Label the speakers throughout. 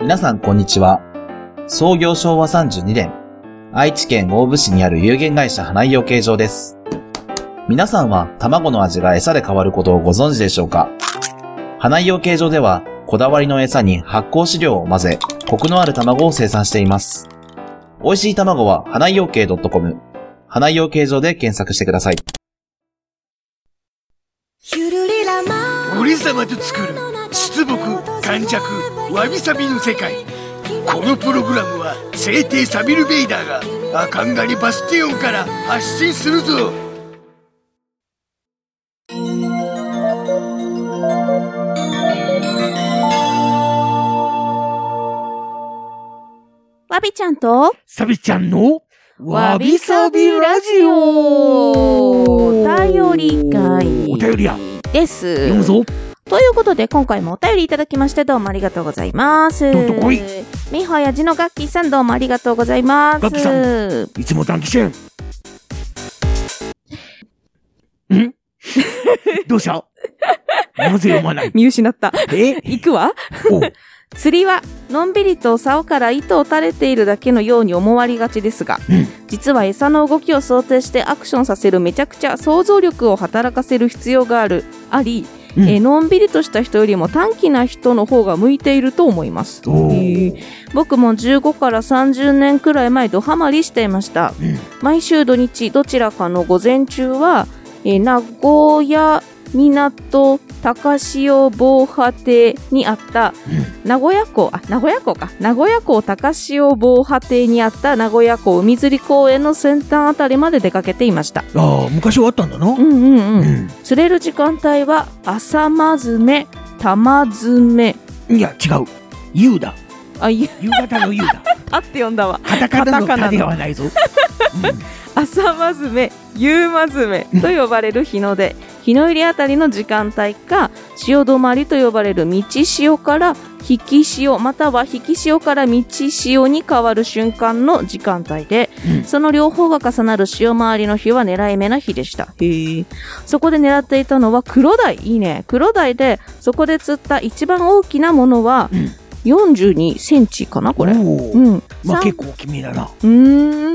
Speaker 1: 皆さんこんにちは。創業昭和32年、愛知県大府市にある有限会社花井養鶏場です。皆さんは卵の味が餌で変わることをご存知でしょうか花井養鶏場では、こだわりの餌に発酵飼料を混ぜ、コクのある卵を生産しています。美味しい卵は花井養鶏 .com、花井養鶏場で検索してください。
Speaker 2: 俺様と作る出木感弱わびさびの世界このプログラムは聖帝サビル・ベイダーがアカンガリバスティオンから発信するぞ
Speaker 3: わびちゃんと、
Speaker 2: サビちゃんのわびさびラジ
Speaker 3: お
Speaker 2: オ
Speaker 3: 便り会
Speaker 2: お便りや
Speaker 3: です。
Speaker 2: 読むぞ
Speaker 3: ということで、今回もお便りいただきまして、どうもありがとうございます。
Speaker 2: どんと来い
Speaker 3: みほやじのガッキーさん、どうもありがとうございます。
Speaker 2: ガッキーさいつも短期戦んどうしたなぜ読まない
Speaker 3: 見失った。
Speaker 2: え
Speaker 3: 行くわ。
Speaker 2: お
Speaker 3: 釣りは、のんびりと竿から糸を垂れているだけのように思われがちですが、
Speaker 2: うん
Speaker 3: 実は餌の動きを想定してアクションさせるめちゃくちゃ想像力を働かせる必要がある、あり、
Speaker 2: うん
Speaker 3: えーのんびりとした人よりも短気な人の方が向いていると思います。
Speaker 2: お
Speaker 3: へ
Speaker 2: ー
Speaker 3: ー僕も15から30年くらい前ドハマりしていました
Speaker 2: うん
Speaker 3: 毎週土日どちらかの午前中は、えー名古屋港高潮防波堤にあった名古屋港あ名古屋港か名古屋港高潮防波堤にあった名古屋港海釣り公園の先端あたりまで出かけていました
Speaker 2: ああ昔はあったんだな
Speaker 3: うんうんうん
Speaker 2: う
Speaker 3: 釣れる時間帯は朝まずめ玉詰め
Speaker 2: ん。いや、違う。ユウだ。
Speaker 3: あいや
Speaker 2: 夕方のユウだ。
Speaker 3: あって読んだわ
Speaker 2: カタカナの
Speaker 3: カタカナ
Speaker 2: タ
Speaker 3: の
Speaker 2: ではないぞ。
Speaker 3: 朝まずめ夕まずめと呼ばれる日の出日の入りあたりの時間帯か潮止まりと呼ばれる道潮から引き潮または引き潮から道潮に変わる瞬間の時間帯で、
Speaker 2: うん
Speaker 3: その両方が重なる潮回りの日は狙い目な日でしたそこで狙っていたのは黒鯛いいね黒鯛でそこで釣った一番大きなものは
Speaker 2: うん
Speaker 3: 4 2センチかなこれ、
Speaker 2: お
Speaker 3: う
Speaker 2: ー
Speaker 3: ん、
Speaker 2: ま
Speaker 3: さ
Speaker 2: あ
Speaker 3: ん
Speaker 2: 結構大きめだな。
Speaker 3: うー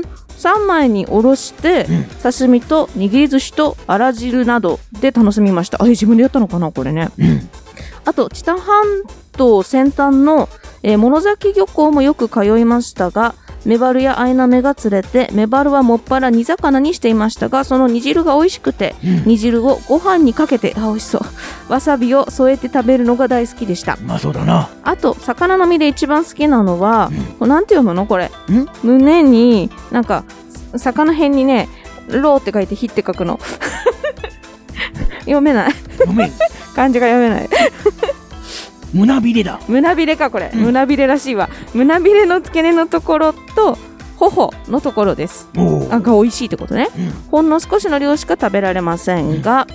Speaker 3: ん3枚におろして、
Speaker 2: うん
Speaker 3: 刺身と握り寿司とあら汁などで楽しみましたあえ自分でやったのかなこれね
Speaker 2: うん。
Speaker 3: あと知多半島先端の、えー物崎漁港もよく通いましたがメバルやアイナメが釣れてメバルはもっぱら煮魚にしていましたがその煮汁が美味しくて
Speaker 2: うん
Speaker 3: 煮汁をご飯にかけてあ美味しそうわさびを添えて食べるのが大好きでした
Speaker 2: まあそうだな。
Speaker 3: あと魚の身で一番好きなのは、これなんて読むのこれ
Speaker 2: ん
Speaker 3: 胸になんかさ魚辺にね「ロー」って書いて「火」って書くの 読めない
Speaker 2: ごめん。
Speaker 3: 漢字が読めない
Speaker 2: 胸びれだ。
Speaker 3: 胸びれかこれ
Speaker 2: うん
Speaker 3: 胸びれらしいわ胸びれの付け根のところと頬のところです
Speaker 2: お
Speaker 3: あ
Speaker 2: ー
Speaker 3: が美味しいってことね
Speaker 2: うん
Speaker 3: ほんの少しの量しか食べられませんが、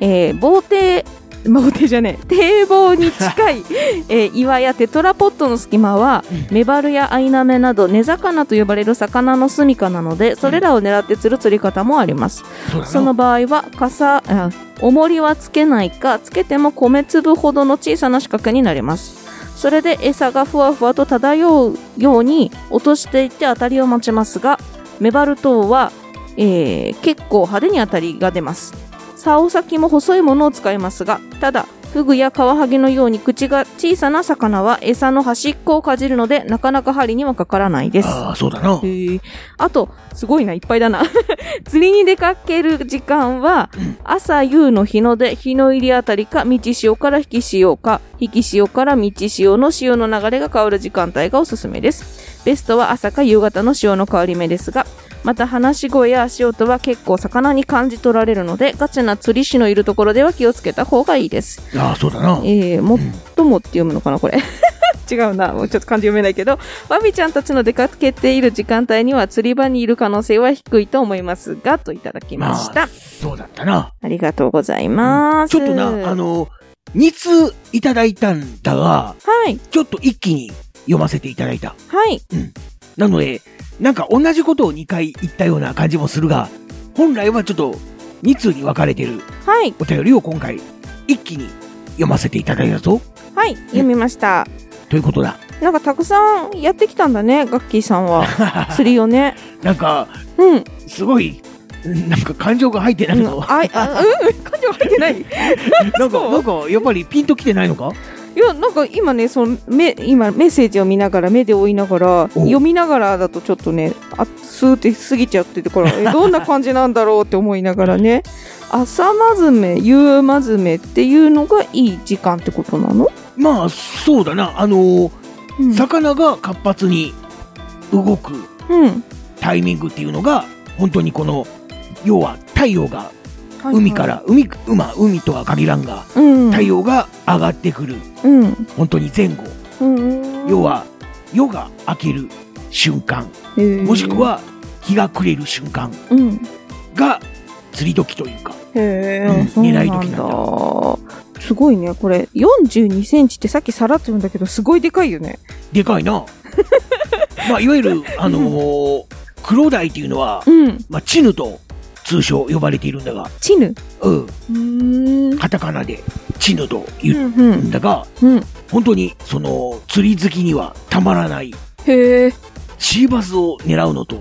Speaker 3: えー、棒 堤棒堤じゃねえ堤防に近 い、えー岩やテトラポットの隙間は
Speaker 2: う
Speaker 3: メバルやアイナメなど根魚と呼ばれる魚の住処なのでそれらを狙って釣る釣り方もあります、
Speaker 2: そうだな。
Speaker 3: その場合はかさあ重りはつけないかつけても米粒ほどの小さな四角になりますそれで餌がふわふわと漂うように落としていって当たりを待ちますがメバル等は、えー結構派手に当たりが出ます竿先も細いものを使いますがただフグやカワハギのように口が小さな魚は餌の端っこをかじるのでなかなか針にはかからないです
Speaker 2: ああ、そうだな。
Speaker 3: へえあと、すごいな、いっぱいだな。 釣りに出かける時間は、朝夕の日の出、日の入りあたりか、道潮から引き潮か、引き潮から道潮の潮の流れが変わる時間帯がおすすめです。ベストは朝か夕方の潮の変わり目ですが、また話し声や足音は結構魚に感じ取られるので、ガチな釣り師のいるところでは気をつけた方がいいです。
Speaker 2: ああ、そうだな。
Speaker 3: えー、もっともって読むのかな、これ。 違うな、もうちょっと漢字読めないけど、わびちゃんたちの出かけている時間帯には釣り場にいる可能性は低いと思いますが、といただきまし
Speaker 2: ま
Speaker 3: た
Speaker 2: あ。、そうだったな。
Speaker 3: ありがとうございます。
Speaker 2: ちょっとな、あ、の、2通いただいたんだが、
Speaker 3: はい、
Speaker 2: ちょっと一気に読ませていただいた。
Speaker 3: はい、
Speaker 2: なので、なんか同じことを2回言ったような感じもするが、本来はちょっと2通に分かれてる
Speaker 3: はい、
Speaker 2: お便りを今回一気に読ませていただいたぞ
Speaker 3: はい、読みました。
Speaker 2: ということだ。
Speaker 3: なんかたくさんやってきたんだねガッキーさん は釣りをね
Speaker 2: なんか
Speaker 3: うん、う ん、
Speaker 2: すごいなんか感情が入ってないの
Speaker 3: あいあうん感情入ってないい
Speaker 2: なんか
Speaker 3: そう
Speaker 2: なんかやっぱりピンときてないのか
Speaker 3: やなんか今ねその目今メッセージを見ながら目で追いながら読みながらだとちょっとねあスーって過ぎちゃっててから えどんな感じなんだろうって思いながらね朝まずめ夕まずめっていうのがいい時間ってことなの、
Speaker 2: まあそうだなあのー
Speaker 3: うん、
Speaker 2: 魚が活発に動く
Speaker 3: うん
Speaker 2: タイミングっていうのが本当にこの要は太陽が
Speaker 3: はいはい
Speaker 2: 海から、海まあ海とは限らんが
Speaker 3: うん
Speaker 2: 太陽が上がってくる
Speaker 3: うん
Speaker 2: 本当に前後、
Speaker 3: うん
Speaker 2: 要は夜が明ける瞬間
Speaker 3: へー
Speaker 2: もしくは日が暮れる瞬間
Speaker 3: うん
Speaker 2: が釣り時というか
Speaker 3: へえ、
Speaker 2: うん
Speaker 3: そうなんだ
Speaker 2: 狙い時
Speaker 3: すごいね、これ。42センチってさっきさらっと言うんだけど、すごいでかいよね。
Speaker 2: でか いなまあいわゆるあのークロダイっていうのは、
Speaker 3: うん。
Speaker 2: まあ、チヌと通称呼ばれているんだが、
Speaker 3: チヌ。
Speaker 2: うん、
Speaker 3: うーん。
Speaker 2: カタカナでチヌと言
Speaker 3: う
Speaker 2: うん
Speaker 3: ん
Speaker 2: だが、
Speaker 3: うん。うん。
Speaker 2: 本当にその釣り好きにはたまらない
Speaker 3: へえ。
Speaker 2: シーバスを狙うのと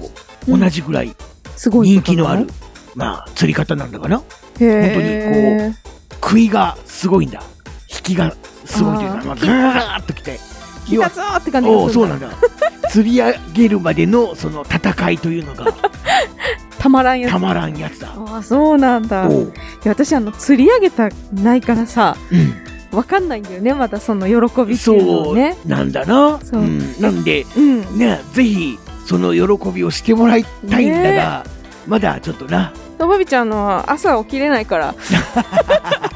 Speaker 2: 同じぐらい
Speaker 3: すごい
Speaker 2: 人
Speaker 3: こと
Speaker 2: 気
Speaker 3: だ
Speaker 2: のある、
Speaker 3: ね。
Speaker 2: まあ釣り方なんだかな
Speaker 3: へえ。
Speaker 2: 食いがすごいんだ引きがすごいというか
Speaker 3: あー
Speaker 2: まあ、ガーッときて
Speaker 3: 来たぞーって感じ
Speaker 2: おお
Speaker 3: がす
Speaker 2: そう
Speaker 3: る
Speaker 2: なん
Speaker 3: だ。
Speaker 2: だ釣り上げるまでのその戦いというの が
Speaker 3: たまらんやつ。
Speaker 2: たまらんやつだ
Speaker 3: ああ、そうなんだ。
Speaker 2: お
Speaker 3: いうや私、あの、釣り上げたないからさ、
Speaker 2: う
Speaker 3: わかんないんだよね、まだその喜び
Speaker 2: ん、
Speaker 3: っていうの
Speaker 2: そ
Speaker 3: を
Speaker 2: う
Speaker 3: ね。
Speaker 2: なんだな
Speaker 3: そう
Speaker 2: うん、なんで
Speaker 3: うん。
Speaker 2: ねぜひその喜びをしてもらいたいんだが、まだちょっとな
Speaker 3: のばびちゃんの朝起きれないから、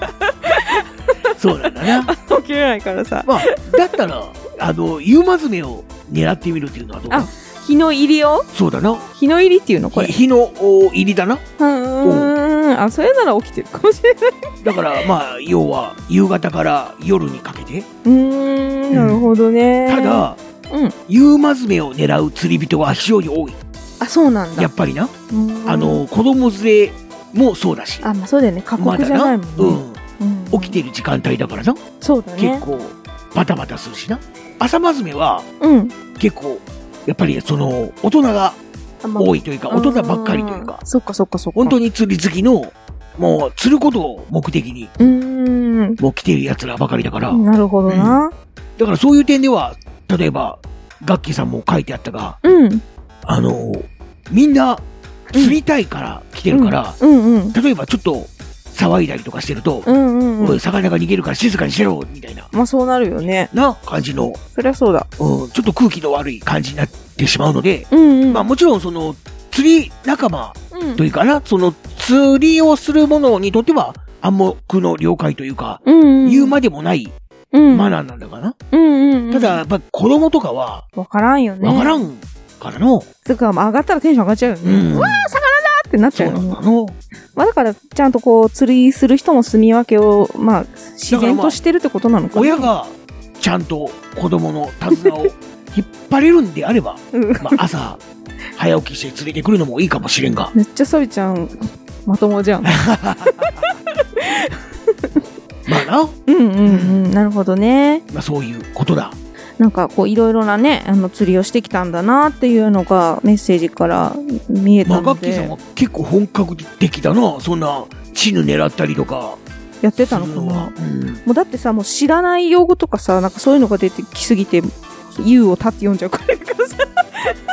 Speaker 2: そうなんだな
Speaker 3: 起きれないからさ、
Speaker 2: まあだったら あの夕まずめを狙ってみるっていうのはどうか
Speaker 3: あ日の入りを
Speaker 2: そうだな
Speaker 3: 日の入りっていうのこれ
Speaker 2: ひ。日のお入りだな
Speaker 3: うーんあそれなら起きてるかもしれ ない。
Speaker 2: だからまあ要は夕方から夜にかけて
Speaker 3: うーんなるほどね。
Speaker 2: ただ、
Speaker 3: うん
Speaker 2: 夕まずめを狙う釣り人は非常に多い
Speaker 3: あそうなんだ。
Speaker 2: やっぱりな、
Speaker 3: うーん
Speaker 2: あの子供連れもそうだし
Speaker 3: あまあそうだよね過
Speaker 2: ま
Speaker 3: 酷
Speaker 2: だ
Speaker 3: じゃない
Speaker 2: な、
Speaker 3: もんね。
Speaker 2: うん、
Speaker 3: うん
Speaker 2: 起きてる時間帯だからな、
Speaker 3: そうだね
Speaker 2: 結。構バタバタするしな朝まずめは
Speaker 3: うん。
Speaker 2: 結構やっぱりその大人が
Speaker 3: あまあ
Speaker 2: 多いというか大人ばっかりというか
Speaker 3: あーそっかそっかそっか。
Speaker 2: 本当
Speaker 3: に。
Speaker 2: に釣り好きのもう釣ることを目的に
Speaker 3: うーん
Speaker 2: もう来てる奴らばかりだから、
Speaker 3: なるほどな。
Speaker 2: だからそういう点では例えばガッキーさんも書いてあったが
Speaker 3: うん
Speaker 2: あのみんな釣りたいから来てるから、
Speaker 3: うんうん
Speaker 2: 例えばちょっと騒いだりとかしてると
Speaker 3: う、んうん
Speaker 2: お
Speaker 3: うん
Speaker 2: い。魚が逃げるから静かにしろみたいな
Speaker 3: まあそうなるよね。
Speaker 2: な感じの、
Speaker 3: そりゃそうだ。
Speaker 2: うん、ちょっと空気の悪い感じになってしまうので、
Speaker 3: うんうん。
Speaker 2: まあもちろんその釣り仲間
Speaker 3: うん
Speaker 2: というかな、その釣りをする者にとっては暗黙の了解というか、
Speaker 3: うんうん。
Speaker 2: 言うまでもない
Speaker 3: うん
Speaker 2: マナーなんだかな。
Speaker 3: うんうんうん。
Speaker 2: ただ、やっぱ子供とかは
Speaker 3: わからんよね。
Speaker 2: わから
Speaker 3: ん。
Speaker 2: んからの、
Speaker 3: つうかまあ上がったらテンション上がっちゃうよ
Speaker 2: う
Speaker 3: ね。
Speaker 2: ん、
Speaker 3: ってなっち
Speaker 2: そ
Speaker 3: ゃう
Speaker 2: う
Speaker 3: よ
Speaker 2: な
Speaker 3: ね
Speaker 2: ん。だの。
Speaker 3: まあだから、ちゃんとこう、釣りする人も住み分けを、まあ、自然としてるってことなのかな。
Speaker 2: 親がちゃんと子供の手 綱を引っ張れるんであれば、
Speaker 3: うん
Speaker 2: まあ、朝早起きして連れてくるのもいいかもしれんが、
Speaker 3: めっちゃサビちゃん、まともじゃ ん。
Speaker 2: まあな、ま
Speaker 3: うんうんうん。なるほどね。
Speaker 2: あ、そういうことだ。
Speaker 3: なんかこう、いろいろなね、あの、釣りをしてきたんだなっていうのが、メッセージから見えた
Speaker 2: まあ、ガ
Speaker 3: の
Speaker 2: ッキーさん
Speaker 3: で
Speaker 2: は、結構本格的だな、そんな、チヌ狙ったりとか、
Speaker 3: やって
Speaker 2: す
Speaker 3: た
Speaker 2: る
Speaker 3: のか
Speaker 2: のは
Speaker 3: な。。
Speaker 2: うん
Speaker 3: もうだってさ、もう知らない用語とかさ、なんかそういうのが出てきすぎて、U を立って読んじゃうからさ。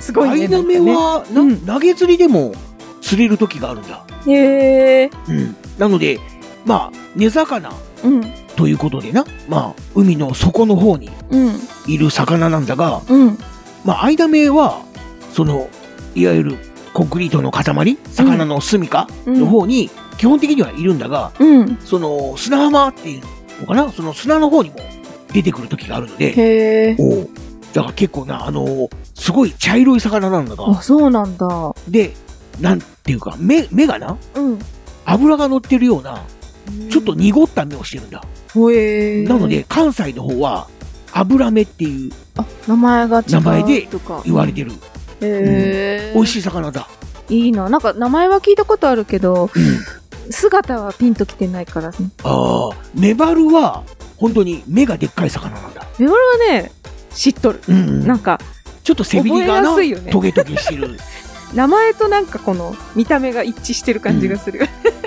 Speaker 3: すごい
Speaker 2: ア
Speaker 3: ね。
Speaker 2: イナメ
Speaker 3: なんか
Speaker 2: は、な
Speaker 3: うん
Speaker 2: 投げ釣りでも釣れる時があるんだ。
Speaker 3: ね。へえ。
Speaker 2: うんなので、まあ、根魚
Speaker 3: うん。
Speaker 2: ということでな、まあ、海の底の方に
Speaker 3: うん。
Speaker 2: いる魚なんだが、
Speaker 3: うん。
Speaker 2: まあ、アイダメは、その、いわゆるコンクリートの塊、魚の住処
Speaker 3: うん
Speaker 2: の方に、基本的にはいるんだが、
Speaker 3: うん。
Speaker 2: その、砂浜っていうのかな、その砂の方にも出てくる時があるので、
Speaker 3: へえ。
Speaker 2: おうだから結構な、あのーすごい茶色い魚なんだが、
Speaker 3: あ、そうなんだ。
Speaker 2: で、なんていうか、目、目がな、
Speaker 3: うん。
Speaker 2: 油が乗ってるような、ちょっと濁った目をしてるんだ。
Speaker 3: ほえー
Speaker 2: なので、関西の方は、油目っていう
Speaker 3: あ名前が違う
Speaker 2: 名前で
Speaker 3: とか
Speaker 2: 言われてる、
Speaker 3: へー
Speaker 2: 美味しい魚だ。
Speaker 3: いいななんか名前は聞いたことあるけど
Speaker 2: うん
Speaker 3: 姿はピンときてないから
Speaker 2: ああ、メバルは、本当に目がでっかい魚なんだ。
Speaker 3: メバルはね知っとる。
Speaker 2: うん
Speaker 3: なんか、
Speaker 2: ちょっと背びりがな、
Speaker 3: 覚えやすいよね
Speaker 2: トゲトゲし てる。
Speaker 3: 名前となんかこの見た目が一致してる感じがする。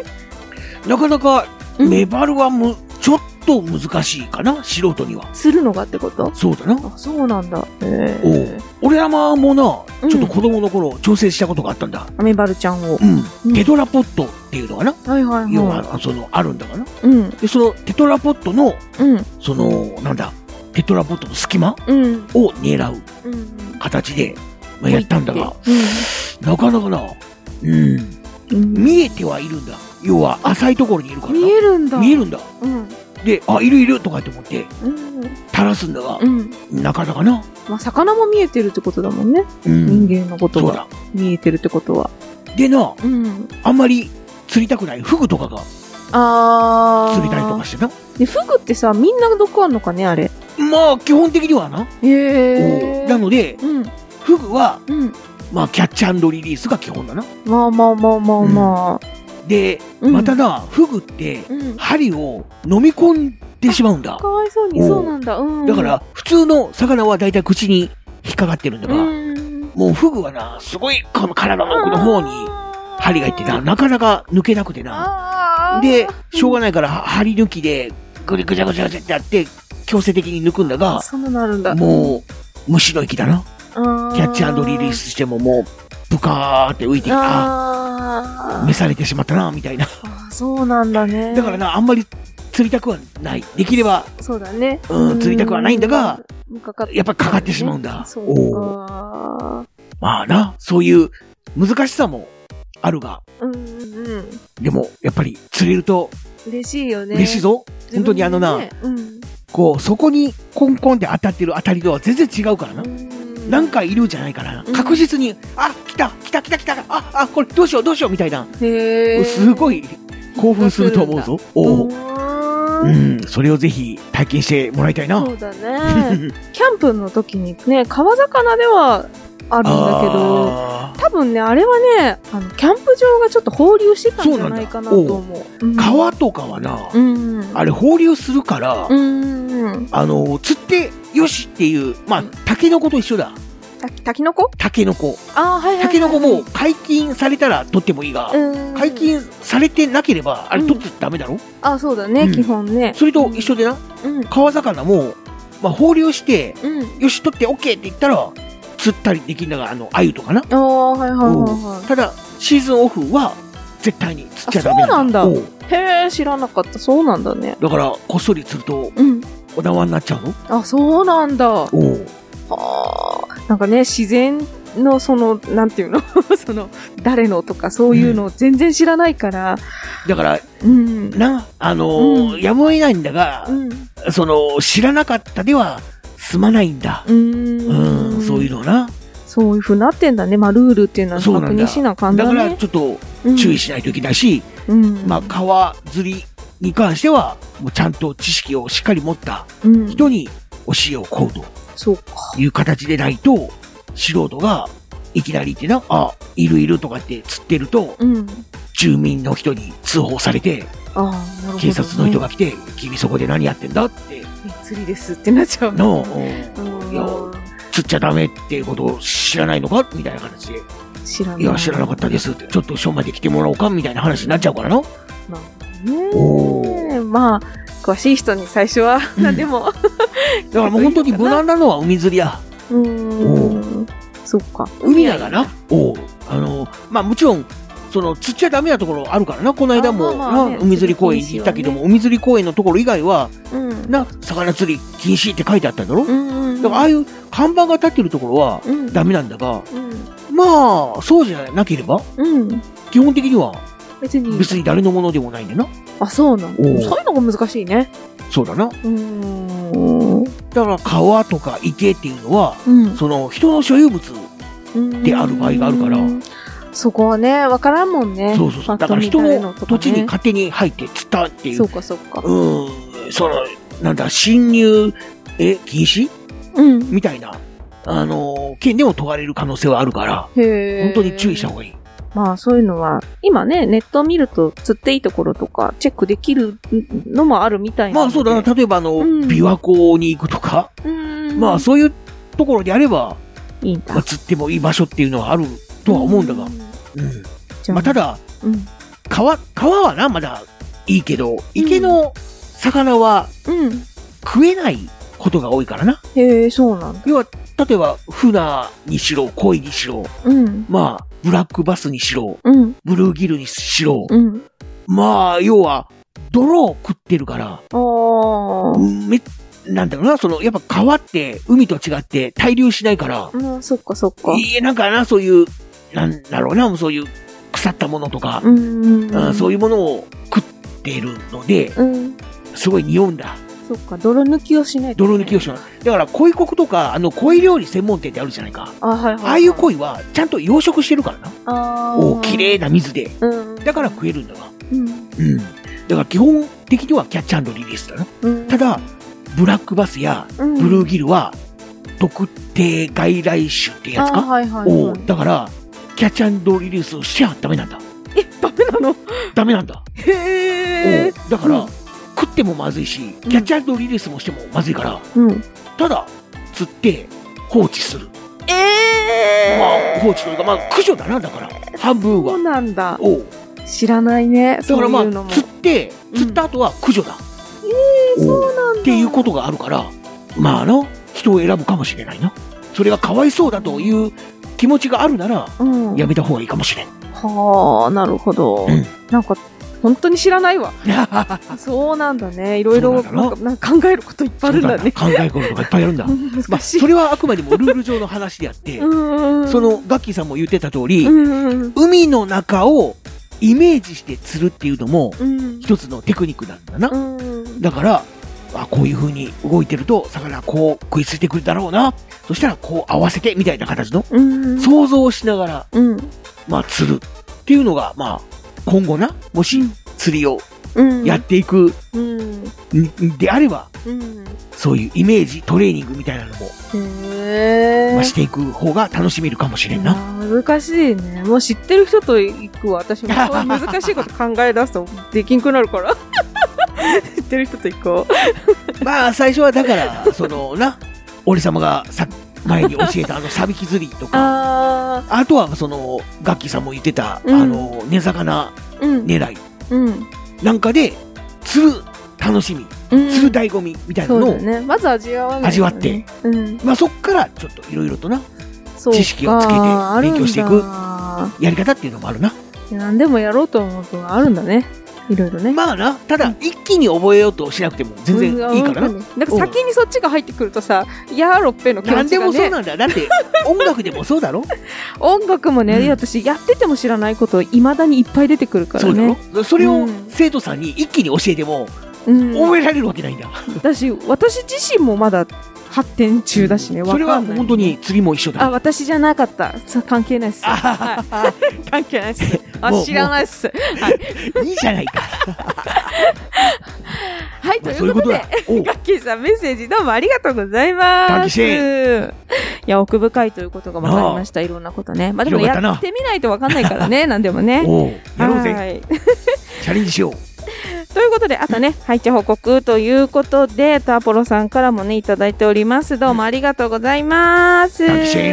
Speaker 2: なかなか、
Speaker 3: うん
Speaker 2: メバルはむ、ちょっと難しいかな、素人には。
Speaker 3: するのがってこと
Speaker 2: そうだな。
Speaker 3: あ、そうなんだ。え
Speaker 2: お
Speaker 3: ー
Speaker 2: う、俺山もな、
Speaker 3: うん
Speaker 2: ちょっと子供の頃、調整したことがあったんだ。
Speaker 3: アメバルちゃんを。
Speaker 2: う。
Speaker 3: うんん
Speaker 2: テトラポットっていうのかな、
Speaker 3: はいはい
Speaker 2: 要
Speaker 3: は。
Speaker 2: は、その、あるんだかない
Speaker 3: うん、
Speaker 2: で、その、テトラポットの、
Speaker 3: うん、
Speaker 2: その、なんだ、テトラポットの隙間
Speaker 3: うん、
Speaker 2: を狙う
Speaker 3: うん。
Speaker 2: 形で、まあ、やったんだが、
Speaker 3: う
Speaker 2: なかなかな、うん、
Speaker 3: ん。
Speaker 2: 見えてはいるんだ。要は、浅いところにいるからな
Speaker 3: 見えるんだ。
Speaker 2: 見えるんだ。
Speaker 3: うん。
Speaker 2: で、あ、いるいるとかって思って、
Speaker 3: うん。
Speaker 2: 垂らすんだが
Speaker 3: う、ん。
Speaker 2: なかなかな。
Speaker 3: まあ、魚も見えてるってことだもんね。
Speaker 2: うん。
Speaker 3: 人間のこと
Speaker 2: そう
Speaker 3: が
Speaker 2: だ。
Speaker 3: 見えてるってことは。
Speaker 2: でな、
Speaker 3: うん。
Speaker 2: あんまり釣りたくないフグとかが
Speaker 3: あー。
Speaker 2: 釣れたりとかしてな。
Speaker 3: で、フグってさ、みんな毒あんのかね、あれ。
Speaker 2: まあ、基本的にはな。
Speaker 3: へえ。
Speaker 2: なので、
Speaker 3: うん。
Speaker 2: フグは、
Speaker 3: うん。
Speaker 2: まあ、キャッチリリースが基本だな。
Speaker 3: まあまあまあまあまあ。
Speaker 2: で、
Speaker 3: うん
Speaker 2: またな、フグって、
Speaker 3: うん。
Speaker 2: 針を飲み込んでしまうんだ
Speaker 3: か。わいそうに、
Speaker 2: おう
Speaker 3: そうなんだ。うん。
Speaker 2: だか、ら、普通の魚はだいたい口に引っかかってるんだ
Speaker 3: う
Speaker 2: が、
Speaker 3: ん。
Speaker 2: もうフグはな、すごい、この体の奥の方に
Speaker 3: あー
Speaker 2: 針がいってな、。なかなか抜けなくてな。
Speaker 3: あー
Speaker 2: で、しょうがないから、針抜きで、ぐりぐちゃぐちゃぐちゃってやって、強制的に抜くんだが、
Speaker 3: そんなのあるんだ。
Speaker 2: もう、虫の息だな。
Speaker 3: あー
Speaker 2: キャッチリリー。スしてももう、ブカーって浮いてきた。
Speaker 3: あー
Speaker 2: 召されてしまったな、みたいな。
Speaker 3: あー。そうなんだね。
Speaker 2: だからな、あんまり釣りたくはない。できれば、
Speaker 3: そうだね。
Speaker 2: うん、釣りたくはないんだが、
Speaker 3: うん、かかっ
Speaker 2: やっぱかかってしまうんだ
Speaker 3: そうか。
Speaker 2: まあな、そういう難しさもあるが、
Speaker 3: うんうんうん。
Speaker 2: でも、やっぱり釣れると
Speaker 3: 嬉しいよね。
Speaker 2: 嬉しいぞ。
Speaker 3: 自分
Speaker 2: 本当
Speaker 3: でね。
Speaker 2: にあのな、
Speaker 3: うん。
Speaker 2: こう、そこにコンコンって当たってる当たりとは全然違うからな
Speaker 3: う。ん
Speaker 2: 何回いるんじゃないかな
Speaker 3: うん
Speaker 2: 確実に、あ、来た、来た、来た、来た、あ、あ、これどうしよう、どうしよう、みたいな。
Speaker 3: へー
Speaker 2: すごい興奮すると思うぞ。お
Speaker 3: う
Speaker 2: う
Speaker 3: ー
Speaker 2: うんん、それをぜひ体験してもらいたい な。
Speaker 3: そうだね。キャンプの時にね、川魚ではあるんだけど、
Speaker 2: あー
Speaker 3: 多分ね、あれはね、あの、キャンプ場がちょっと放流してたんじゃないかなと思う。うん
Speaker 2: 川とかはな、
Speaker 3: うん。うん。
Speaker 2: あれ放流するから、
Speaker 3: うんうん。
Speaker 2: あの、釣ってよしっていう、まあ、タケノコと一緒だ。
Speaker 3: たたきのこ
Speaker 2: タケノコ。
Speaker 3: あー、はいはいはい。
Speaker 2: タケノコも解禁されたら取ってもいいが、
Speaker 3: うん
Speaker 2: 解禁されてなければ、あれ取っちゃダメだろ、
Speaker 3: あそうだね、
Speaker 2: うん
Speaker 3: 基本ね
Speaker 2: それと一緒でな、
Speaker 3: うん
Speaker 2: 川魚も、まあ、放流して、
Speaker 3: うん
Speaker 2: よし、取って OK って言ったら、釣ったりできんだが、あの、鮎とかな。
Speaker 3: ああはいはいは
Speaker 2: ただ、シーズンオフは、絶対に釣っちゃダメ
Speaker 3: あそう
Speaker 2: おう
Speaker 3: いはいへえ知らなかったそうなんだね
Speaker 2: だから、こっそり釣ると、
Speaker 3: うん
Speaker 2: お縄になっちゃうの
Speaker 3: あそうなんだは
Speaker 2: おう
Speaker 3: あなんかね自然のそのなんていうの その誰のとかそういうのを全然知らないから
Speaker 2: だから、
Speaker 3: うん
Speaker 2: な、あのー
Speaker 3: うん
Speaker 2: やむを得ないんだが
Speaker 3: う、ん
Speaker 2: その、知らなかったでは、済まないんだ。
Speaker 3: う
Speaker 2: うん、
Speaker 3: ん
Speaker 2: そういうのな。
Speaker 3: そういうふうになってんだねまあルールっていうのは
Speaker 2: そう
Speaker 3: 確
Speaker 2: なんだ
Speaker 3: 認しなあかん
Speaker 2: だ
Speaker 3: だ
Speaker 2: か
Speaker 3: ね
Speaker 2: ら、ちょっと、注意しないといけないし、
Speaker 3: うん、うん
Speaker 2: まあ、川釣りに関しては、もうちゃんと知識をしっかり持った
Speaker 3: うん、
Speaker 2: 人に、教えをこうと。
Speaker 3: そうか
Speaker 2: いう形でないと、素人がいきなりってな、あ、いるいるとかって釣ってると、
Speaker 3: うん
Speaker 2: 住民の人に通報されて、
Speaker 3: ああなるほど、ね、
Speaker 2: 警察の人が来て、君そこで何やってんだって、
Speaker 3: 釣りですってなっちゃう
Speaker 2: の、
Speaker 3: うん
Speaker 2: いや釣っちゃダメっていうことを知らないのかみたいな形で、
Speaker 3: 知らない
Speaker 2: いや、知らなかったですって、ちょっと署まで来てもらおうかみたいな話になっちゃうからな。お
Speaker 3: ねえまあ詳しい人に最初は
Speaker 2: うん
Speaker 3: 何 でも
Speaker 2: だからもう本当に無難なのは海釣りや。
Speaker 3: うーんそっか
Speaker 2: 海だがな。おうあの、まあもちろん、その、釣っちゃダメなところあるからな。この間も、
Speaker 3: あまあまあね
Speaker 2: な海釣り公園に行ったけども、海釣り公園のところ以外は、
Speaker 3: うん
Speaker 2: な、魚釣り禁止って書いてあったんだろ、
Speaker 3: うんうん
Speaker 2: だからああいう看板が立ってるところは
Speaker 3: うん
Speaker 2: ダメなんだが、
Speaker 3: うん
Speaker 2: まあ、そうじゃなければ、
Speaker 3: うん
Speaker 2: 基本的には
Speaker 3: 別に
Speaker 2: 別に誰のものでもないんだな。
Speaker 3: あそうなのそ
Speaker 2: お
Speaker 3: ういうのが難しいね
Speaker 2: そうだな。
Speaker 3: うーん
Speaker 2: だから川とか池っていうのは、
Speaker 3: うん
Speaker 2: その人の所有物。である場合があるから
Speaker 3: うんそこはね分からんもんね
Speaker 2: そうそうそう。だ
Speaker 3: パ
Speaker 2: か
Speaker 3: ッ
Speaker 2: ら
Speaker 3: と
Speaker 2: 人
Speaker 3: 見れる
Speaker 2: の
Speaker 3: とかね
Speaker 2: 土地に勝手に入って釣ったっていう
Speaker 3: そうかそうか
Speaker 2: うん、その、なんだ、侵入、え、禁止
Speaker 3: うん
Speaker 2: みたいな、あのー、県でも問われる可能性はあるから、
Speaker 3: へえ
Speaker 2: 本当に注意した方がいい。
Speaker 3: まあそういうのは、今ね、ネットを見ると釣っていいところとかチェックできるのもあるみたいな
Speaker 2: ま
Speaker 3: の
Speaker 2: あ
Speaker 3: で。
Speaker 2: そうだな、例えばあの、
Speaker 3: うん
Speaker 2: 琵琶湖に行くとか、
Speaker 3: うーん。
Speaker 2: まあそういうところであれば、
Speaker 4: いいん
Speaker 2: まあ、
Speaker 4: だ。
Speaker 2: 釣ってもいい場所っていうのはあるとは思うんだが、うん
Speaker 4: じゃ
Speaker 2: まあ、ただ
Speaker 4: うん。
Speaker 2: 川川はなまだいいけど池の魚は
Speaker 4: うん。
Speaker 2: 食えないことが多いからな
Speaker 3: へえ、そうなんだ。
Speaker 2: 要は例えば船にしろ鯉にしろ
Speaker 4: うん。
Speaker 2: まあブラックバスにしろ
Speaker 4: うん。
Speaker 2: ブルーギルにしろ、
Speaker 4: うん。
Speaker 2: まあ要は泥を食ってるから、
Speaker 3: ああ。
Speaker 2: めなんだろうなそのやっぱ川って海と違って滞留しないから、
Speaker 3: うん、そっかそっか。
Speaker 2: いいえなんかなそういうなんだろうなそういう腐ったものとか、
Speaker 3: うん。
Speaker 2: うんそう
Speaker 3: い
Speaker 2: いうものを食っているので、
Speaker 3: う。うん。
Speaker 2: すごい匂うんだ。
Speaker 3: そっか、泥抜きをしないと。
Speaker 2: 泥抜きをしない。だから、鯉国とか、あの、鯉料理専門店ってあるじゃないか。
Speaker 3: あ、はいはい、はい。
Speaker 2: ああいう鯉は、ちゃんと養殖してるからな。
Speaker 3: あー
Speaker 2: お綺。麗な水で。
Speaker 3: うん。
Speaker 2: だから食えるんだな。
Speaker 3: うん。
Speaker 2: うん。だから、基本的にはキャッチリリースだな。
Speaker 3: うん。
Speaker 2: ただ、ブラックバスや
Speaker 3: うん、
Speaker 2: ブルーギルは、特定外来種ってやつ
Speaker 3: あー
Speaker 2: か。
Speaker 3: はいはい、
Speaker 2: お
Speaker 3: は
Speaker 2: だから、キャッチリリースをしちゃダメなんだ。
Speaker 3: い。え、ダメなの
Speaker 2: ダメなんだ。
Speaker 3: へえ。
Speaker 2: おだから、
Speaker 3: うん
Speaker 2: 食ってもまずいし、キャッチリリースもしてもまずいから、
Speaker 3: うん。
Speaker 2: ただ、釣って、放置する。
Speaker 3: え
Speaker 2: まあ、
Speaker 3: え
Speaker 2: 放置というか、まあ、駆除だな、だから。半分
Speaker 3: そう
Speaker 2: は。
Speaker 3: なんだ。
Speaker 2: おう
Speaker 3: 知らないね。
Speaker 2: だ
Speaker 3: そ
Speaker 2: か
Speaker 3: う
Speaker 2: らま
Speaker 3: いうの
Speaker 2: あ、
Speaker 3: も。
Speaker 2: 釣って、釣った後は駆除だ。おうっていうことがあるから、まあ、あの、人を選ぶかもしれないな。それがかわいそうだという気持ちがあるなら、
Speaker 3: うん。
Speaker 2: やめた方がいいかもしれん。
Speaker 3: はあ、なるほど。
Speaker 2: うん
Speaker 3: なんか、本当に知らないわ。
Speaker 2: あ
Speaker 3: あそうなんだね。いろい
Speaker 2: そ
Speaker 3: ろ、
Speaker 2: うなんだ
Speaker 3: な
Speaker 2: なん
Speaker 3: か、なんか考えることいっぱいあるんだね。
Speaker 2: 考えることがいっぱいあるんだ。
Speaker 3: うん
Speaker 2: まあ、
Speaker 3: 難しい。
Speaker 2: それはあくまでもルール上の話であって、
Speaker 3: うんうん
Speaker 2: そ、の、ガッキーさんも言ってた通り、
Speaker 3: うんうん
Speaker 2: 海の中をイメージして釣るっていうのも、
Speaker 3: うん。
Speaker 2: 一つのテクニックなんだな。
Speaker 3: うん。
Speaker 2: だから、あ、こういう風に動いてると、魚はこう食いついてくるだろうな。そしたらこう合わせて、みたいな形の
Speaker 3: うん。
Speaker 2: 想像をしながら、
Speaker 3: うん。
Speaker 2: まあ釣るっていうのが、まあ、今後な、もし釣りを
Speaker 3: うん。
Speaker 2: やっていく
Speaker 3: うん。
Speaker 2: んであれば、
Speaker 3: うん。
Speaker 2: そういうイメージ、トレーニングみたいなのも、
Speaker 3: へえ。
Speaker 2: まあ、していく方が楽しめるかもしれんな。
Speaker 3: いや難しいね。もう知ってる人と行くわ。私もそういう難しいこと考え出すとできんくなる から。知ってる人と行こ
Speaker 2: まあ、最初はだから、そのな、俺様がさ、前に教えたあの、サビキ釣りと
Speaker 3: う。
Speaker 2: か、
Speaker 3: あ
Speaker 2: あとはその、ガッキーさんも言ってた、
Speaker 3: うん
Speaker 2: あの、根魚
Speaker 3: ー。うん。
Speaker 2: 狙い
Speaker 3: うん。
Speaker 2: なんかで、釣る楽しみ、
Speaker 3: うん
Speaker 2: 釣る醍醐味みたいな
Speaker 3: そう
Speaker 2: の
Speaker 3: だ
Speaker 2: を、
Speaker 3: ね。まず味わわない、
Speaker 2: 味わって。
Speaker 3: うん。
Speaker 2: まあそっからちょっといろいろとな、
Speaker 3: そうか
Speaker 2: 知識をつけて勉強していく
Speaker 3: あるんだ
Speaker 2: やり方っていうのもあるな。
Speaker 3: いや何でもやろうと思うとあるんだね。いろいろね。
Speaker 2: まあな、ただ一気に覚えようとしなくても全然いいか
Speaker 3: う
Speaker 2: らな。
Speaker 3: んなんか先にそっちが入ってくるとさ、ヤーロッペの気持
Speaker 2: なん
Speaker 3: ち
Speaker 2: で
Speaker 3: が
Speaker 2: もそう
Speaker 3: ね、
Speaker 2: なんだよ。だって音楽でもそ うだろ
Speaker 3: 音楽もね、
Speaker 2: うん
Speaker 3: 私やってても知らないこといまだにいっぱい出てくるか
Speaker 2: そ
Speaker 3: ら
Speaker 2: うだ
Speaker 3: ね
Speaker 2: ろ。それを
Speaker 3: うん
Speaker 2: 生徒さんに一気に教えても、
Speaker 3: うん
Speaker 2: 覚えられるわけないんだ。
Speaker 3: だし私自身もまだ発展中だしね、わ
Speaker 2: それ
Speaker 3: か
Speaker 2: は
Speaker 3: んない
Speaker 2: 本当に釣りも一緒
Speaker 3: あ
Speaker 2: だ。
Speaker 3: 私じゃなかったさ関係ないっす
Speaker 2: あははは
Speaker 3: 関係ないっすあ
Speaker 2: もう
Speaker 3: 知らないっす
Speaker 2: いいじゃないか。
Speaker 3: はいと
Speaker 2: まあ
Speaker 3: い
Speaker 2: そういうう
Speaker 3: こ
Speaker 2: ことと
Speaker 3: で
Speaker 2: だ。おう
Speaker 3: ガッキーさんメッセージどうもありがとうございます
Speaker 2: ダ
Speaker 3: いや奥深いということが分かりましたいろんなことねまあでも
Speaker 2: 広が
Speaker 3: や
Speaker 2: ったな
Speaker 3: ってみないと分かんないからね何でもね
Speaker 2: おうやろうぜ。
Speaker 3: はい
Speaker 2: チャレンジしよう。
Speaker 3: ということで、あとね、配置報告ということで、ターポロさんからもね、いただいております。どうもありがとうございます。と
Speaker 2: ダンキシ
Speaker 3: い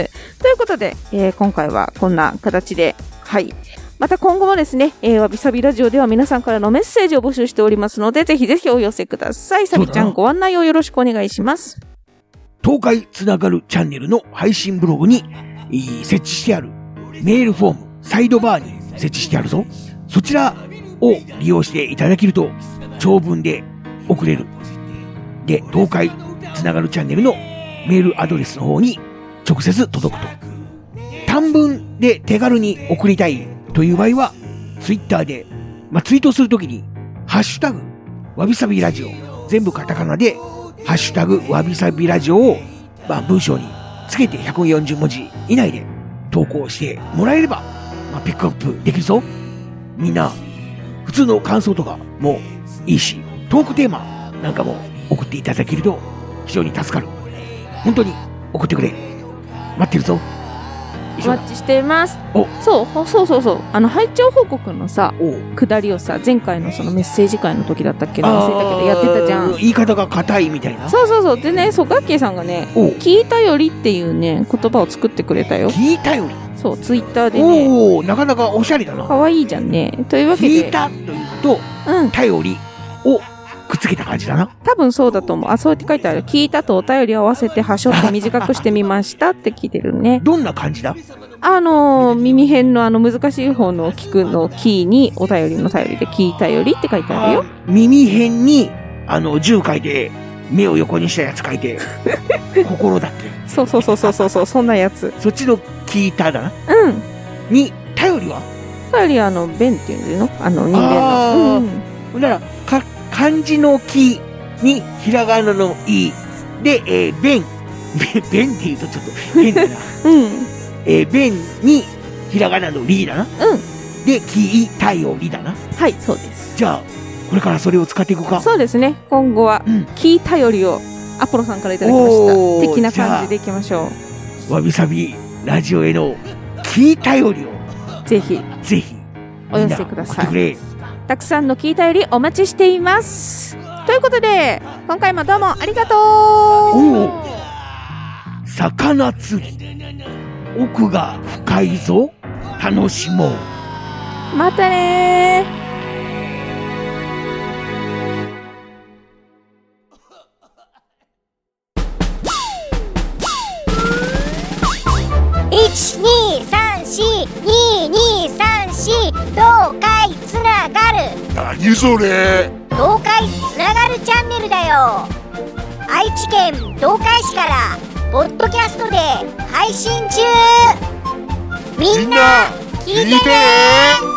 Speaker 3: うことで、えー今回はこんな形で、はい。また今後もですね、えー、わびさびラジオでは皆さんからのメッセージを募集しておりますので、ぜひぜひお寄せください。さびちゃ
Speaker 2: そうだ
Speaker 3: ん、
Speaker 2: な
Speaker 3: ご案内をよろしくお願いします。
Speaker 2: 東海つながるチャンネルの配信ブログに、えー設置してあるメールフォーム、サイドバーに設置してあるぞ。そちらを利用していただけると、長文で送れる。で、東海つながるチャンネルのメールアドレスの方に直接届くと。短文で手軽に送りたいという場合は、ツイッターで、まあ、ツイートするときに、ハッシュタグ、わびさびラジオ、全部カタカナで、ハッシュタグ、わびさびラジオを、まあ、文章につけて140文字以内で投稿してもらえれば、まあ、ピックアップできるぞ。みんな、普通の感想とかもいいし、トークテーマなんかも送っていただけると非常に助かる。本当に送ってくれ。待ってるぞ。
Speaker 3: お待ちしています
Speaker 5: お
Speaker 3: そうほそうそうそうあの拝聴報告のさ
Speaker 5: お
Speaker 3: 下りをさ前回のそのメッセージ会の時だったっけな忘れたけどやってたじゃ
Speaker 2: あ
Speaker 3: ん
Speaker 2: ー言い方が硬いみたいな
Speaker 3: そうそうそうでねそうガッキーさんがね
Speaker 2: おう
Speaker 3: 「聞いたより」っていうね言葉を作ってくれたよ
Speaker 2: 聞いたより
Speaker 3: そうツイッターでね
Speaker 2: おおなかなかおしゃれだな
Speaker 3: かわいいじゃんねというわけ
Speaker 2: 聞い
Speaker 3: で
Speaker 2: たというと
Speaker 3: うん
Speaker 2: 頼りをくっつけた感じだな
Speaker 3: 多分そうだと思うあそうやって書いてある聞いたとお便りを合わせてはしょって短くしてみましたって聞いてるね
Speaker 2: どんな感じだ
Speaker 3: あのー耳辺のあの難しい方の聞くのキーにお便りの便りで聞いたよりって書いてあるよ
Speaker 2: 耳辺にあの銃書いて目を横にしたやつ書い て心だって
Speaker 3: そうそうそうそうそうそうそんなやつ
Speaker 2: そっちの聞いただな
Speaker 3: うん
Speaker 2: に頼りは
Speaker 3: お便りはあの便っていうのあの人間の
Speaker 2: あー
Speaker 3: うん
Speaker 2: ほんならか漢字の木にひらがなのいで、えー、弁べ弁って言うとちょっと変 だな、
Speaker 3: うん
Speaker 2: えー、弁にひらがなのりだなうんで聞いたよりだな
Speaker 3: はいそうです
Speaker 2: じゃあこれからそれを使っていくか
Speaker 3: そうですね今後は
Speaker 2: うん
Speaker 3: 聞いたよりをアポロさんからいただきました
Speaker 2: おー
Speaker 3: 的な感じでいきましょ
Speaker 2: わびさびラジオへの聞いたよりを
Speaker 3: うぜひ
Speaker 2: ぜひ
Speaker 3: お寄せください
Speaker 2: みんな送ってくれ
Speaker 3: たくさんの聞いたよりお待ちしていますということで今回もどうもありがと
Speaker 2: お
Speaker 3: う
Speaker 2: お魚釣り奥が深いぞ楽しもう
Speaker 3: またねー
Speaker 6: 12342234東海つながる
Speaker 7: 何それ
Speaker 6: 東海つながるチャンネルだよ愛知県東海市からポッドキャストで配信中みんな聞いてね
Speaker 7: ね